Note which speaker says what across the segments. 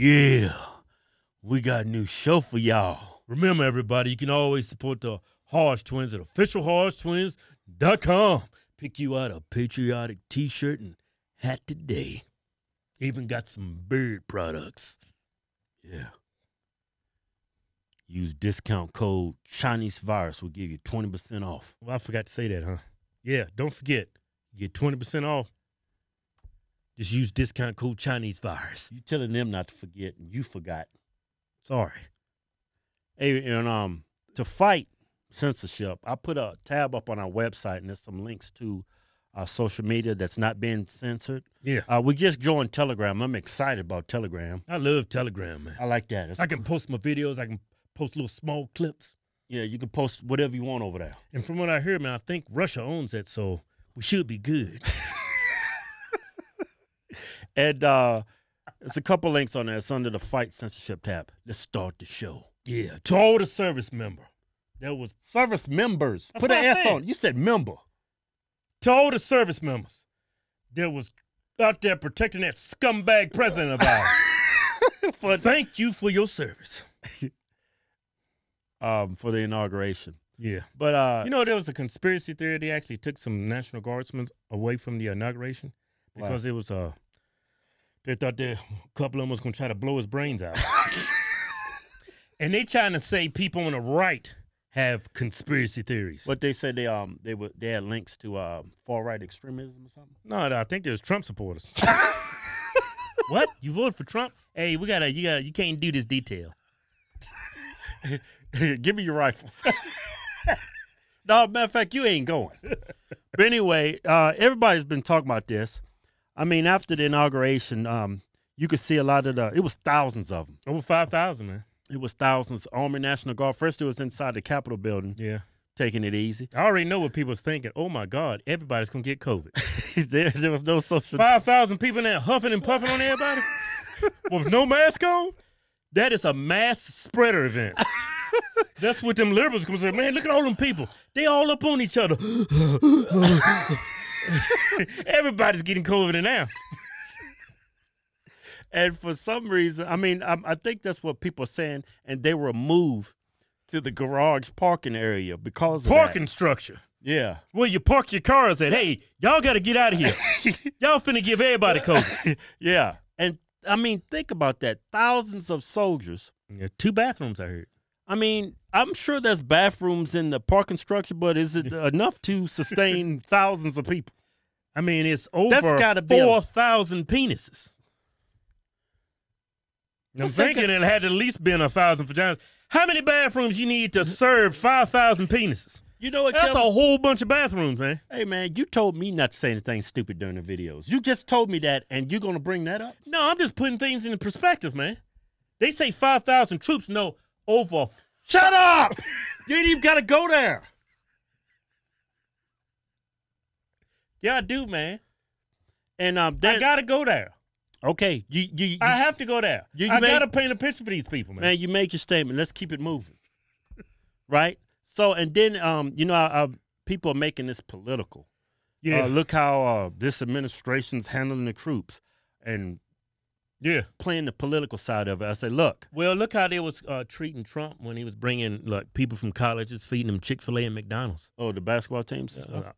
Speaker 1: Yeah, we got a new show for y'all.
Speaker 2: Remember, everybody, you can always support the Harsh Twins at officialharshtwins.com. Pick you out a patriotic t shirt and hat today. Even got some beard products.
Speaker 1: Yeah. Use discount code Chinese Virus. We'll give you 20% off.
Speaker 2: Well, I forgot to say that, huh? Yeah, don't forget, you get 20% off. Just use discount code Chinese Virus.
Speaker 1: You telling them not to forget, and you forgot.
Speaker 2: Sorry.
Speaker 1: Hey, and um, to fight censorship, I put a tab up on our website, and there's some links to our social media that's not being censored.
Speaker 2: Yeah.
Speaker 1: Uh, we just joined Telegram. I'm excited about Telegram.
Speaker 2: I love Telegram, man.
Speaker 1: I like that. It's-
Speaker 2: I can post my videos, I can post little small clips.
Speaker 1: yeah, you can post whatever you want over there.
Speaker 2: And from what I hear, man, I think Russia owns it, so we should be good.
Speaker 1: And uh, there's a couple links on there. It's under the fight censorship tab. Let's start the show.
Speaker 2: yeah. To all the service member that was
Speaker 1: Service members.
Speaker 2: That's
Speaker 1: put
Speaker 2: what
Speaker 1: an
Speaker 2: I
Speaker 1: S
Speaker 2: said.
Speaker 1: on. it. You said member.
Speaker 2: to all the service members that was out there protecting that scumbag president of ours. for, thank you for your service.
Speaker 1: um, for the inauguration.
Speaker 2: Yeah.
Speaker 1: But uh,
Speaker 2: You know, there was a conspiracy theory. They actually took some National Guardsmen away from the inauguration
Speaker 1: Why?
Speaker 2: because it was uh, they thought that a couple of them was gonna try to blow his brains out. and they trying to say people on the right have conspiracy theories.
Speaker 1: what they said they um they were they had links to uh, far right extremism or something.
Speaker 2: No, no, I think there's Trump supporters. what? You voted for Trump? Hey, we gotta you gotta you can't do this detail.
Speaker 1: Give me your rifle. no, matter of fact, you ain't going. But anyway, uh, everybody's been talking about this. I mean, after the inauguration, um, you could see a lot of the. It was thousands of them.
Speaker 2: Over five thousand, man.
Speaker 1: It was thousands. Army National Guard. First, it was inside the Capitol building,
Speaker 2: Yeah.
Speaker 1: taking it easy.
Speaker 2: I already know what people's thinking. Oh my God, everybody's gonna get COVID.
Speaker 1: there, there was no social.
Speaker 2: Five thousand people in there huffing and puffing on everybody with no mask on? That is a mass spreader event. That's what them liberals gonna say, man. Look at all them people. They all up on each other. Everybody's getting COVID now.
Speaker 1: And for some reason, I mean, I, I think that's what people are saying. And they were moved to the garage parking area because of that.
Speaker 2: Parking structure.
Speaker 1: Yeah.
Speaker 2: Where you park your cars at? Hey, y'all got to get out of here. y'all finna give everybody COVID.
Speaker 1: Yeah. And I mean, think about that. Thousands of soldiers.
Speaker 2: yeah, two bathrooms, I heard.
Speaker 1: I mean, I'm sure there's bathrooms in the parking structure, but is it enough to sustain thousands of people?
Speaker 2: I mean, it's over
Speaker 1: gotta be a-
Speaker 2: four thousand penises. I'm
Speaker 1: What's that
Speaker 2: thinking it had at least been a thousand vaginas. How many bathrooms you need to serve five thousand penises?
Speaker 1: You know what,
Speaker 2: That's
Speaker 1: Kevin?
Speaker 2: a whole bunch of bathrooms, man.
Speaker 1: Hey, man, you told me not to say anything stupid during the videos. You just told me that, and you're going to bring that up?
Speaker 2: No, I'm just putting things into perspective, man. They say five thousand troops. No, over.
Speaker 1: Shut up! you ain't even got to go there.
Speaker 2: Yeah, I do, man.
Speaker 1: And um,
Speaker 2: I
Speaker 1: that,
Speaker 2: gotta go there.
Speaker 1: okay, you, you, you-
Speaker 2: I have to go there.
Speaker 1: You- you
Speaker 2: I
Speaker 1: make-
Speaker 2: gotta paint a picture for these people, man.
Speaker 1: man, you made your statement. Let's keep it moving, right? So, and then, um, you know, I, I, people are making this political. Uh, look how uh, this administration's handling the troops and
Speaker 2: yeah.
Speaker 1: playing the political side of it. I say, look,
Speaker 2: Well, look how they was uh, treating Trump when he was bringing like people from colleges, feeding them Chick Fil A and McDonald's.
Speaker 1: oh, the basketball teams. and stuff?
Speaker 2: Uh,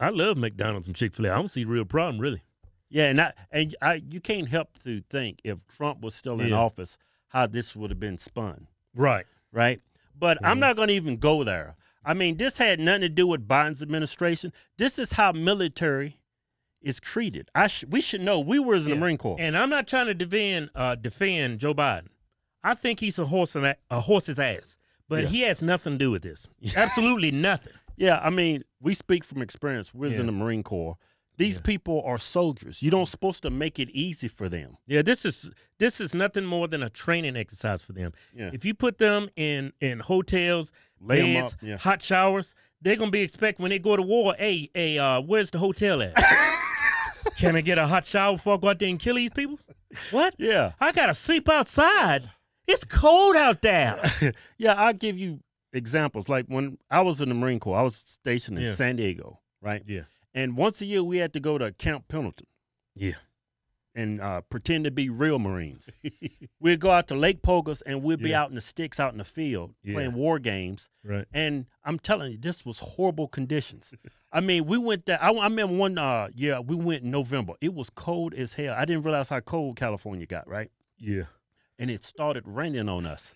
Speaker 2: I love McDonald's and Chick Fil A. I don't see real problem really.
Speaker 1: yeah, and I, and I, you can't help to think if Trump was still in
Speaker 2: Yeah.
Speaker 1: office, how this would have been spun,
Speaker 2: Right.
Speaker 1: right? But I'm
Speaker 2: Mhm.
Speaker 1: not going to even go there. I mean, this had nothing to do with Biden's administration. This is how military is treated. I sh- we should know. We were in the
Speaker 2: Yeah.
Speaker 1: Marine Corps.
Speaker 2: And I'm not trying to defend uh, defend Joe Biden. I think he's a horse and a, a horse's ass, but
Speaker 1: Yeah.
Speaker 2: he has nothing to do with this. Absolutely nothing.
Speaker 1: Yeah, I mean, we speak from experience. We're
Speaker 2: Yeah.
Speaker 1: in the Marine Corps. These
Speaker 2: Yeah.
Speaker 1: people are soldiers. You don't supposed to make it easy for them.
Speaker 2: Yeah, this is this is nothing more than a training exercise for them.
Speaker 1: Yeah.
Speaker 2: If you put them in in hotels,
Speaker 1: Lay 'em
Speaker 2: beds,
Speaker 1: up, yeah.
Speaker 2: hot showers, they're gonna be expecting when they go to war. Hey, hey, uh, where's the hotel at? Can I get a hot shower before I go out there and kill these people? What?
Speaker 1: Yeah.
Speaker 2: I gotta sleep outside. It's cold out there.
Speaker 1: yeah, I'll give you examples. Like when I was in the Marine Corps, I was stationed in
Speaker 2: Yeah.
Speaker 1: San Diego, right?
Speaker 2: Yeah.
Speaker 1: And once a year we had to go to Camp Pendleton.
Speaker 2: Yeah.
Speaker 1: and uh, pretend to be real Marines. we'd go out to Lake Pogus and we'd be
Speaker 2: Yeah.
Speaker 1: out in the sticks, out in the field,
Speaker 2: Yeah.
Speaker 1: playing war games.
Speaker 2: Right.
Speaker 1: And I'm telling you, this was horrible conditions. I mean, we went there. I, I remember one uh, year we went in November. It was cold as hell. I didn't realize how cold California got, right?
Speaker 2: Yeah.
Speaker 1: and it started raining on us.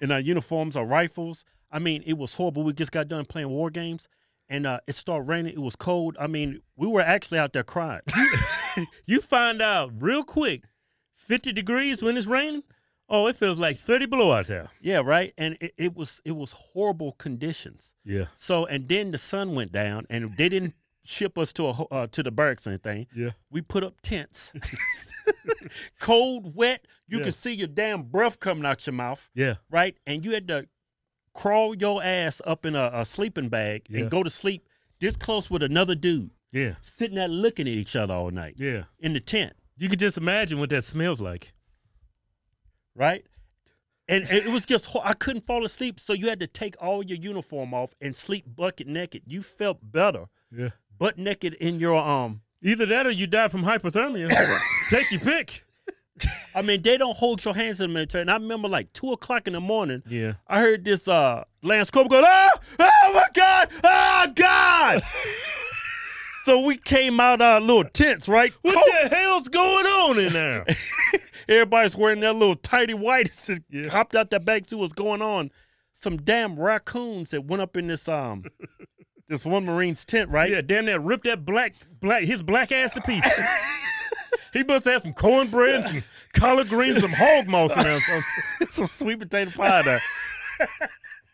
Speaker 1: In our uniforms, our rifles. I mean, it was horrible. We just got done playing war games, and uh, it started raining. It was cold. I mean, we were actually out there crying.
Speaker 2: You find out real quick, 50 degrees when it's raining. Oh, it feels like 30 below out there.
Speaker 1: yeah, right. And it, it was it was horrible conditions.
Speaker 2: Yeah.
Speaker 1: So, and then the sun went down, and they didn't ship us to a ho- uh, to the barracks or anything.
Speaker 2: Yeah.
Speaker 1: We put up tents. cold, wet. You
Speaker 2: Yeah.
Speaker 1: could see your damn breath coming out your mouth.
Speaker 2: Yeah.
Speaker 1: right? And you had to crawl your ass up in a, a sleeping bag
Speaker 2: Yeah.
Speaker 1: and go to sleep this close with another dude
Speaker 2: Yeah.
Speaker 1: sitting there looking at each other all night
Speaker 2: Yeah.
Speaker 1: in the tent,
Speaker 2: You could just imagine what that smells like.
Speaker 1: right? And and it was just, hor- I couldn't fall asleep. So you had to take all your uniform off and sleep bucket naked. You felt better
Speaker 2: Yeah.
Speaker 1: butt naked in your um.
Speaker 2: Either that or you die from hypothermia. Take your pick.
Speaker 1: I mean, they don't hold your hands in the military. And I remember like two o'clock in the morning,
Speaker 2: Yeah.
Speaker 1: I heard this uh Lance Corporal go, oh, oh my God, oh God. so we came out our little tents, right?
Speaker 2: What
Speaker 1: Cold.
Speaker 2: the hell's going on in there?
Speaker 1: Everybody's wearing their little tighty whities. and
Speaker 2: Yeah.
Speaker 1: Hopped out the back, see what's going on. Some damn raccoons that went up in this um this one Marine's tent, right?
Speaker 2: yeah, damn that ripped that black black his black ass to pieces. he must have some cornbread, some collard greens, some hog moss in there. or something.
Speaker 1: Some sweet potato pie there.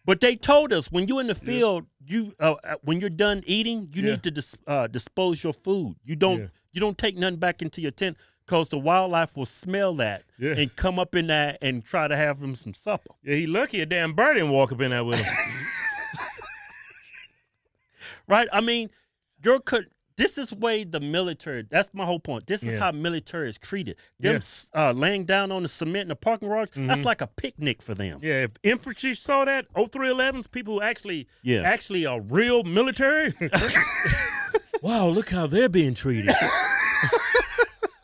Speaker 1: But they told us when you're in the field, you uh, uh, when you're done eating, you
Speaker 2: Yeah.
Speaker 1: need to dis- uh, dispose your food. You don't
Speaker 2: Yeah.
Speaker 1: you don't take nothing back into your tent because the wildlife will smell that
Speaker 2: Yeah.
Speaker 1: and come up in there and try to have them some supper.
Speaker 2: Yeah, he lucky a damn bird didn't walk up in there with him.
Speaker 1: Right? I mean, your could this is way the military. That's my whole point. This is
Speaker 2: Yeah.
Speaker 1: how military is treated.
Speaker 2: Yeah.
Speaker 1: Them
Speaker 2: Mm-hmm.
Speaker 1: s uh, laying down on the cement in the parking garage. That's like a picnic for them.
Speaker 2: Yeah, if infantry saw that, 0311s, people who actually
Speaker 1: Yeah.
Speaker 2: actually are real military. wow, look how they're being treated.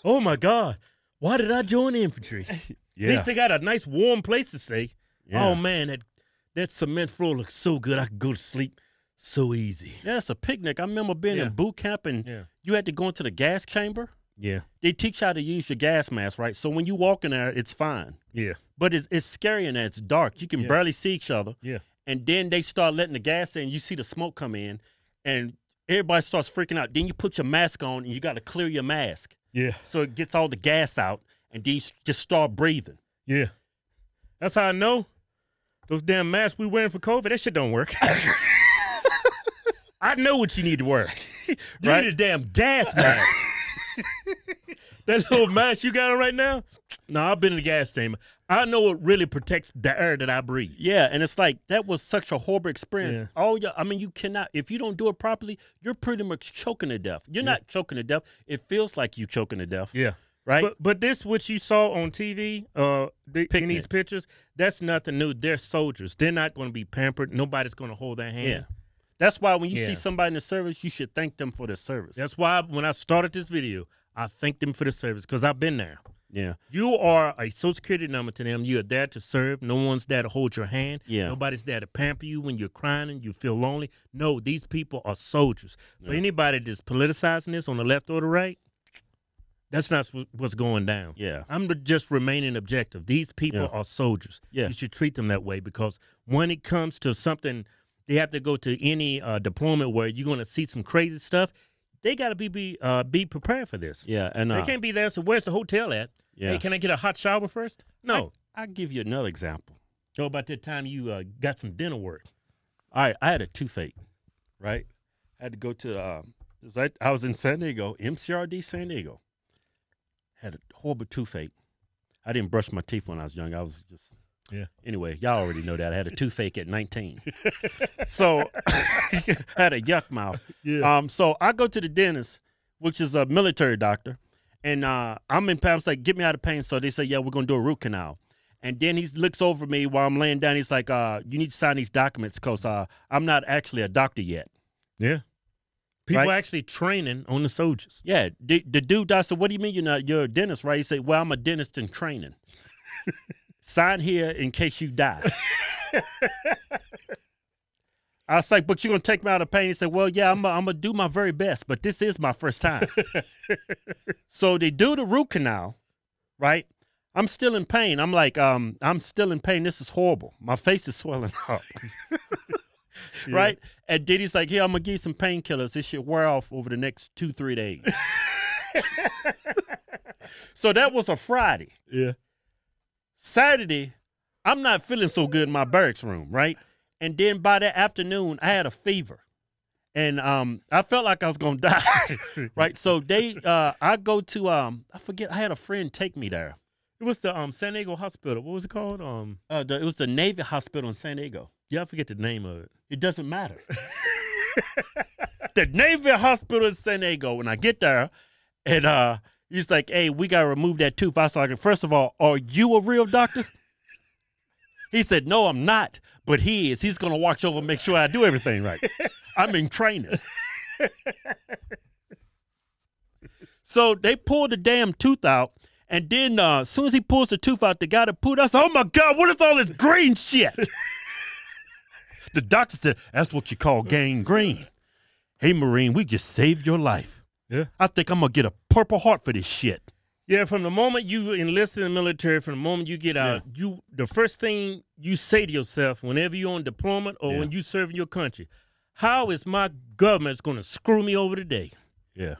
Speaker 2: oh my God. Why did I join the infantry? At least they got a nice warm place to stay.
Speaker 1: Yeah.
Speaker 2: Oh man, that that cement floor looks so good. I could go to sleep so easy.
Speaker 1: Yeah, it's a picnic. I remember being
Speaker 2: Yeah.
Speaker 1: in boot camp and
Speaker 2: Yeah.
Speaker 1: you had to go into the gas chamber.
Speaker 2: Yeah.
Speaker 1: They teach you how to use your gas mask, right? So when you walk in there, it's fine.
Speaker 2: Yeah.
Speaker 1: But it's, it's scary and it's dark. You can
Speaker 2: Yeah.
Speaker 1: barely see each other.
Speaker 2: Yeah.
Speaker 1: And then they start letting the gas in. You see the smoke come in and everybody starts freaking out. Then you put your mask on and you got to clear your mask
Speaker 2: Yeah.
Speaker 1: so it gets all the gas out and then you s- just start breathing.
Speaker 2: Yeah. That's how I know. Those damn masks we wearing for COVID, that shit don't work. I know what you need to wear. You
Speaker 1: Right?
Speaker 2: need a damn gas mask. that little mask you got on right now? No, I've been in the gas chamber. I know what really protects the air that I breathe.
Speaker 1: Yeah, and it's like that was such a horrible experience.
Speaker 2: Yeah.
Speaker 1: All your, I mean, you cannot if you don't do it properly, you're pretty much choking to death. You're not choking to death. It feels like you choking to death,
Speaker 2: Yeah.
Speaker 1: right?
Speaker 2: But but this what you saw on TV, uh, the, in these
Speaker 1: Picnic.
Speaker 2: pictures, that's nothing new. They're soldiers. They're not going to be pampered. Nobody's going to hold their hand.
Speaker 1: yeah, that's why when you
Speaker 2: Yeah.
Speaker 1: see somebody in the service, you should thank them for their service.
Speaker 2: That's why when I started this video, I thanked them for the service because I've been there.
Speaker 1: yeah,
Speaker 2: You are a social security number to them. You are there to serve. No one's there to hold your hand.
Speaker 1: Yeah.
Speaker 2: Nobody's there to pamper you when you're crying and you feel lonely. No, these people are soldiers. For anybody that's politicizing this on the left or the right, that's not wh- what's going down.
Speaker 1: yeah,
Speaker 2: I'm the- just remaining objective. These people
Speaker 1: Yeah.
Speaker 2: are soldiers.
Speaker 1: Yeah.
Speaker 2: You should treat them that way because when it comes to something, they have to go to any uh, deployment where you're going to see some crazy stuff. They got to be be, uh, be prepared for this.
Speaker 1: yeah. And
Speaker 2: They
Speaker 1: uh,
Speaker 2: can't be there. So where's the hotel at?
Speaker 1: yeah,
Speaker 2: Hey, can I get a hot shower first? No.
Speaker 1: I'll give you another example.
Speaker 2: Go about that time you uh, got some dinner work.
Speaker 1: All right, I had a toothache, right? I had to go to, um, 'cause I, I was in San Diego, MCRD San Diego. Had a horrible toothache. I didn't brush my teeth when I was young. I was just,
Speaker 2: Yeah.
Speaker 1: Anyway, y'all already know that. I had a toothache at 19. so I had a yuck mouth.
Speaker 2: Yeah.
Speaker 1: Um, so I go to the dentist, which is a military doctor, and uh, I'm in pain. I'm like, get me out of pain. So they say, yeah, we're gonna do a root canal. And then he looks over me while I'm laying down. He's like, uh, you need to sign these documents because uh, I'm not actually a doctor yet.
Speaker 2: Yeah. People
Speaker 1: Right.
Speaker 2: actually training on the soldiers.
Speaker 1: Yeah, the, the dude I said, "What do you mean you're not you're a dentist, right?" He said, "Well, I'm a dentist in training. Sign here in case you die." I was like, "But you're gonna take me out of pain?" He said, "Well, yeah, I'm i I'm gonna do my very best, but this is my first time." so they do the root canal, right? I'm still in pain. I'm like, um, I'm still in pain. This is horrible. My face is swelling up, right? And then he's like, "Here, I'm gonna give you some painkillers. This should wear off over the next two, three days." so that was a Friday.
Speaker 2: Yeah.
Speaker 1: Saturday, I'm not feeling so good in my barracks room, right? And then by that afternoon, I had a fever, and um, I felt like I was gonna die, right? So they, uh, I go to um, I forget, I had a friend take me there.
Speaker 2: It was the um San Diego Hospital. What was it called? Um
Speaker 1: Uh, the, it was the Navy Hospital in San Diego.
Speaker 2: yeah, I forget the name of it.
Speaker 1: It doesn't matter. the Navy Hospital in San Diego. When I get there, and uh, he's like, "Hey, we gotta remove that tooth." I was like, first of all, are you a real doctor?" He said, "No, I'm not, but he is. He's gonna watch over, and make sure I do everything right. I'm in training." so they pulled the damn tooth out, and then uh, as soon as he pulls the tooth out, the guy that pulled, I said, "Oh my god, what is all this green shit?" The doctor said, that's what you call gangrene. Hey, Marine, we just saved your life.
Speaker 2: Yeah.
Speaker 1: I think I'm going to get a Purple Heart for this shit.
Speaker 2: Yeah, from the moment you enlist in the military, from the moment you get out, you the first thing you say to yourself whenever you're on deployment or
Speaker 1: Yeah.
Speaker 2: when you serve in your country, how is my government going to screw me over today?
Speaker 1: Yeah.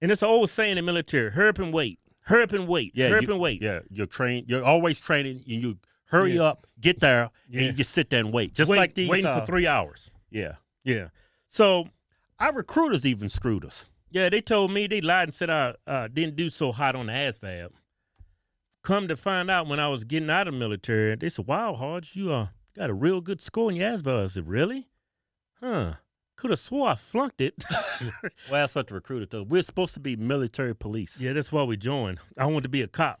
Speaker 2: And it's an old saying in the military: hurry up and wait, hurry up and wait,
Speaker 1: Yeah,
Speaker 2: hurry
Speaker 1: you-
Speaker 2: up and wait.
Speaker 1: Yeah. You're trained. You're always training and you hurry
Speaker 2: Yeah.
Speaker 1: up, get there, and
Speaker 2: Yeah.
Speaker 1: you just sit there and wait. Just
Speaker 2: Wait-
Speaker 1: like these.
Speaker 2: waiting
Speaker 1: uh,
Speaker 2: for three hours.
Speaker 1: Yeah.
Speaker 2: Yeah. So
Speaker 1: Our recruiters even screwed us.
Speaker 2: yeah, they told me they lied and said I uh, didn't do so hot on the ASVAB. Come to find out, when I was getting out of the military, they said, "Wow, Hodge, you uh, got a real good score in your ASVAB." I said, "Really? Huh? Could have swore I flunked it."
Speaker 1: Well, that's what the recruiter does. We're supposed to be military police.
Speaker 2: yeah, that's why we joined. I wanted to be a cop.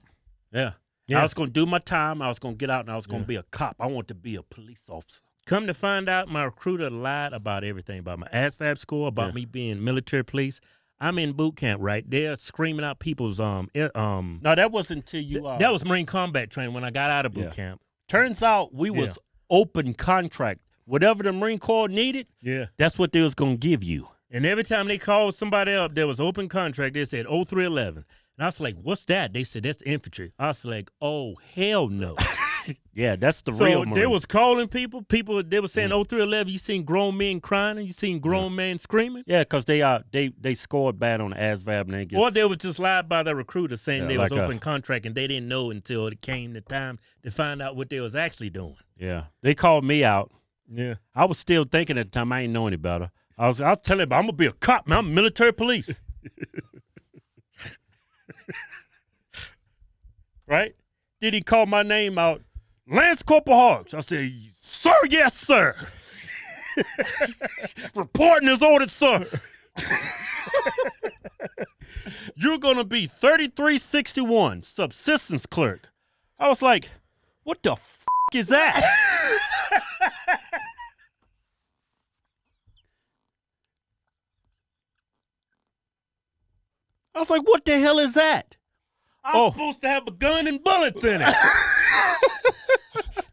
Speaker 1: Yeah. I
Speaker 2: Yeah.
Speaker 1: was going to do my time. I was going to get out and I was going
Speaker 2: Yeah.
Speaker 1: to be a cop. I want to be a police officer.
Speaker 2: Come to find out, my recruiter lied about everything about my ASVAB score, about
Speaker 1: Yeah.
Speaker 2: me being military police. I'm in boot camp, right? They're screaming out people's um eh, um.
Speaker 1: No, that wasn't until
Speaker 2: th-
Speaker 1: you. Uh,
Speaker 2: that was Marine combat training when I got out of boot
Speaker 1: Yeah.
Speaker 2: camp.
Speaker 1: Turns out we
Speaker 2: Yeah.
Speaker 1: was open contract. Whatever the Marine Corps needed,
Speaker 2: Yeah.
Speaker 1: that's what they was gonna give you.
Speaker 2: And every time they called somebody up, there was open contract. They said 0311. And I was like, what's that? They said, that's the infantry. I was like, oh, hell no.
Speaker 1: Yeah, that's the
Speaker 2: so
Speaker 1: real
Speaker 2: they
Speaker 1: Marine.
Speaker 2: was calling people. People, they were saying 0311. You seen grown men crying and you seen grown men screaming.
Speaker 1: yeah, cause they uh they they scored bad on the ASVAB and they
Speaker 2: Or
Speaker 1: gets-
Speaker 2: they was just lied by the recruiter saying
Speaker 1: Yeah,
Speaker 2: they was
Speaker 1: like
Speaker 2: open
Speaker 1: us.
Speaker 2: contract and they didn't know until it came the time to find out what they was actually doing.
Speaker 1: yeah they called me out.
Speaker 2: Yeah.
Speaker 1: I was still thinking at the time I ain't know any better. I was I was telling them I'm gonna be a cop, man. I'm military police. right? Then he called my name out, Lance Corporal Hogs. I said, Sir, yes, sir. Reporting is ordered, sir. You're gonna be 3361 subsistence clerk. I was like, what the f is that? I was like, what the hell is that?
Speaker 2: I'm
Speaker 1: Oh.
Speaker 2: supposed to have a gun and bullets in it.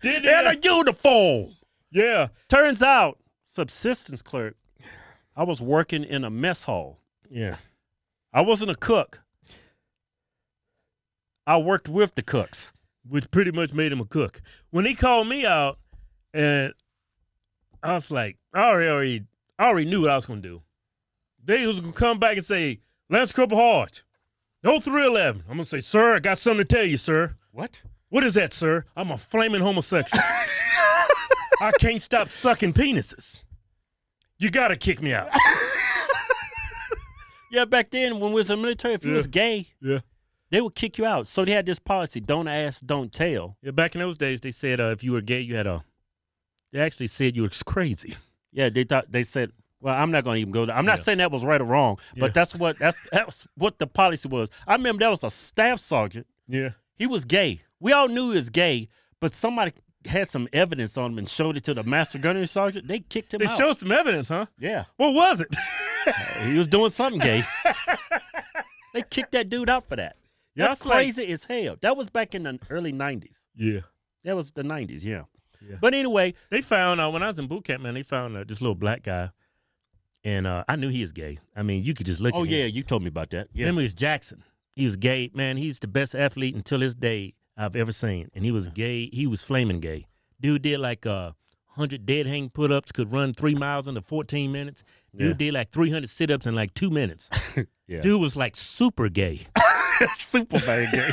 Speaker 2: Did
Speaker 1: And a uniform.
Speaker 2: Yeah.
Speaker 1: Turns out, subsistence clerk, I was working in a mess hall.
Speaker 2: Yeah.
Speaker 1: I wasn't a cook. I worked with the cooks.
Speaker 2: which pretty much made him a cook. When he called me out, and I was like, I already, already, I already knew what I was gonna do. They was gonna come back and say, Lance Corporal Hodge, no 311. I'm gonna say, sir, I got something to tell you, sir.
Speaker 1: What?
Speaker 2: What is that, sir? I'm a flaming homosexual. I can't stop sucking penises. You gotta kick me out.
Speaker 1: Yeah, back then when we was in the military, if you
Speaker 2: Yeah.
Speaker 1: was gay,
Speaker 2: Yeah.
Speaker 1: they would kick you out. So they had this policy: don't ask, don't tell.
Speaker 2: Yeah, back in those days, they said uh, if you were gay, you had a. They actually said you was crazy.
Speaker 1: Yeah, they thought they said, "Well, I'm not going to even go there." I'm not
Speaker 2: Yeah.
Speaker 1: saying that was right or wrong,
Speaker 2: Yeah.
Speaker 1: but that's what that's that's what the policy was. I remember that was a staff sergeant.
Speaker 2: Yeah.
Speaker 1: He was gay. We all knew he was gay, but somebody had some evidence on him and showed it to the master gunnery sergeant. They kicked him
Speaker 2: They
Speaker 1: out.
Speaker 2: showed some evidence, huh?
Speaker 1: yeah,
Speaker 2: What was it?
Speaker 1: he was doing something gay. they kicked that dude out for that.
Speaker 2: Yeah,
Speaker 1: That's
Speaker 2: it's like-
Speaker 1: crazy as hell. That was back in the early '90s.
Speaker 2: Yeah.
Speaker 1: That was the '90s, yeah.
Speaker 2: Yeah.
Speaker 1: But anyway,
Speaker 2: They found out when I was in boot camp, man. They found uh, this little black guy, and uh, I knew he was gay. I mean, you could just look.
Speaker 1: oh
Speaker 2: at him.
Speaker 1: yeah, you told me about that. Yeah,
Speaker 2: Him was Jackson. He was gay, man. He's the best athlete until this day I've ever seen. And he was gay. He was flaming gay. Dude did like uh, 100 dead hang put ups, could run three miles under 14 minutes. Dude
Speaker 1: Yeah.
Speaker 2: did like 300 sit ups in like two minutes.
Speaker 1: Yeah.
Speaker 2: Dude was like super gay.
Speaker 1: super bad gay.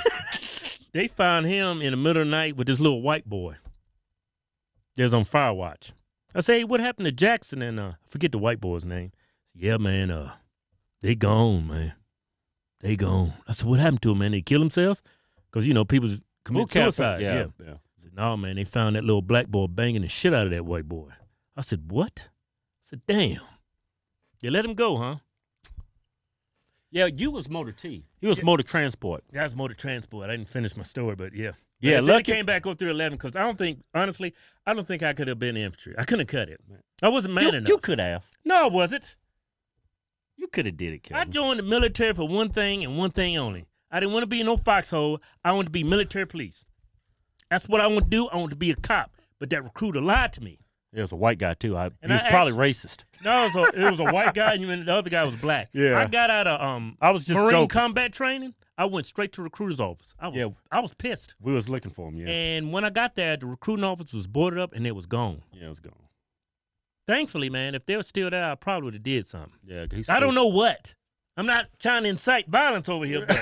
Speaker 2: They found him in the middle of the night with this little white boy. There's on fire watch. I say, "Hey, what happened to Jackson and uh I forget the white boy's name. Yeah, man, uh they gone, man. They gone. I said, what happened to him, man? They kill themselves? Cause you know, people commit suicide. yeah.
Speaker 1: yeah. yeah.
Speaker 2: I said, no, man, they found that little black boy banging the shit out of that white boy. I said, what? I said, damn. They let him go, huh?
Speaker 1: Yeah, you was motor T. You was motor transport.
Speaker 2: That was motor transport. I didn't finish my story, but yeah. But
Speaker 1: Yeah,
Speaker 2: then I
Speaker 1: lucky-
Speaker 2: came back up through eleven because I don't think, honestly, I don't think I could have been infantry. I couldn't cut it. I wasn't man
Speaker 1: you
Speaker 2: enough.
Speaker 1: you could have.
Speaker 2: no, I wasn't.
Speaker 1: You could have did it,
Speaker 2: I
Speaker 1: Kevin.
Speaker 2: joined the military for one thing and one thing only. I didn't want to be in no foxhole. I wanted to be military police. That's what I want to do. I want to be a cop. But that recruiter lied to me.
Speaker 1: It was a white guy too. I, he
Speaker 2: And
Speaker 1: was
Speaker 2: I
Speaker 1: probably racist.
Speaker 2: No, it was a, it was a white guy, and you- the other guy was black.
Speaker 1: Yeah.
Speaker 2: I got out of um
Speaker 1: I was just
Speaker 2: Marine
Speaker 1: joking.
Speaker 2: combat training. I went straight to recruiter's office. I was,
Speaker 1: Yeah.
Speaker 2: I was pissed.
Speaker 1: we was looking for him. Yeah,
Speaker 2: And when I got there, the recruiting office was boarded up and it was gone.
Speaker 1: yeah, it was gone.
Speaker 2: Thankfully, man, if they were still there, I probably would have did something.
Speaker 1: Yeah,
Speaker 2: I don't know what. I'm not trying to incite violence over here, but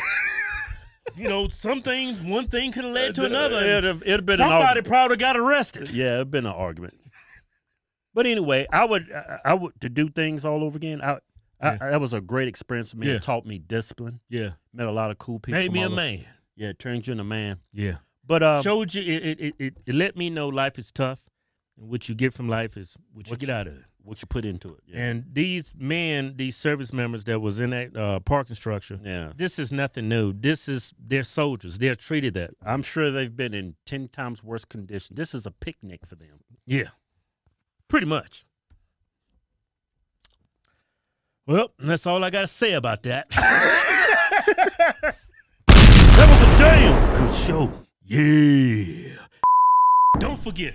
Speaker 2: you know, some things, one thing could have led
Speaker 1: Uh,
Speaker 2: to another. and
Speaker 1: It'd have, it'd have been an
Speaker 2: somebody
Speaker 1: argument.
Speaker 2: probably got arrested.
Speaker 1: Yeah, it'd been an argument. But anyway, I would, I, I would to do things all over again. I,
Speaker 2: Yeah.
Speaker 1: I, that was a great experience for me.
Speaker 2: Yeah.
Speaker 1: It taught me discipline.
Speaker 2: Yeah,
Speaker 1: Met a lot of cool people.
Speaker 2: made me a
Speaker 1: from all o-
Speaker 2: man.
Speaker 1: Yeah, it turned you into a man.
Speaker 2: Yeah,
Speaker 1: But um,
Speaker 2: showed you it. It, it, it, it let me know life is tough, and what you get from life is what you
Speaker 1: What
Speaker 2: get
Speaker 1: you-
Speaker 2: out of it.
Speaker 1: what you put into it? Yeah,
Speaker 2: And these men, these service members that was in that uh, parking structure,
Speaker 1: yeah.
Speaker 2: This is nothing new. This is they're soldiers. They're treated that.
Speaker 1: I'm sure they've been in ten times worse condition. This is a picnic for them.
Speaker 2: Yeah. Pretty much. Well, that's all I gotta say about that.
Speaker 1: That was a damn good show.
Speaker 2: yeah. Don't forget,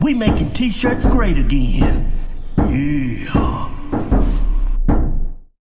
Speaker 2: We making t-shirts great again. Yeah.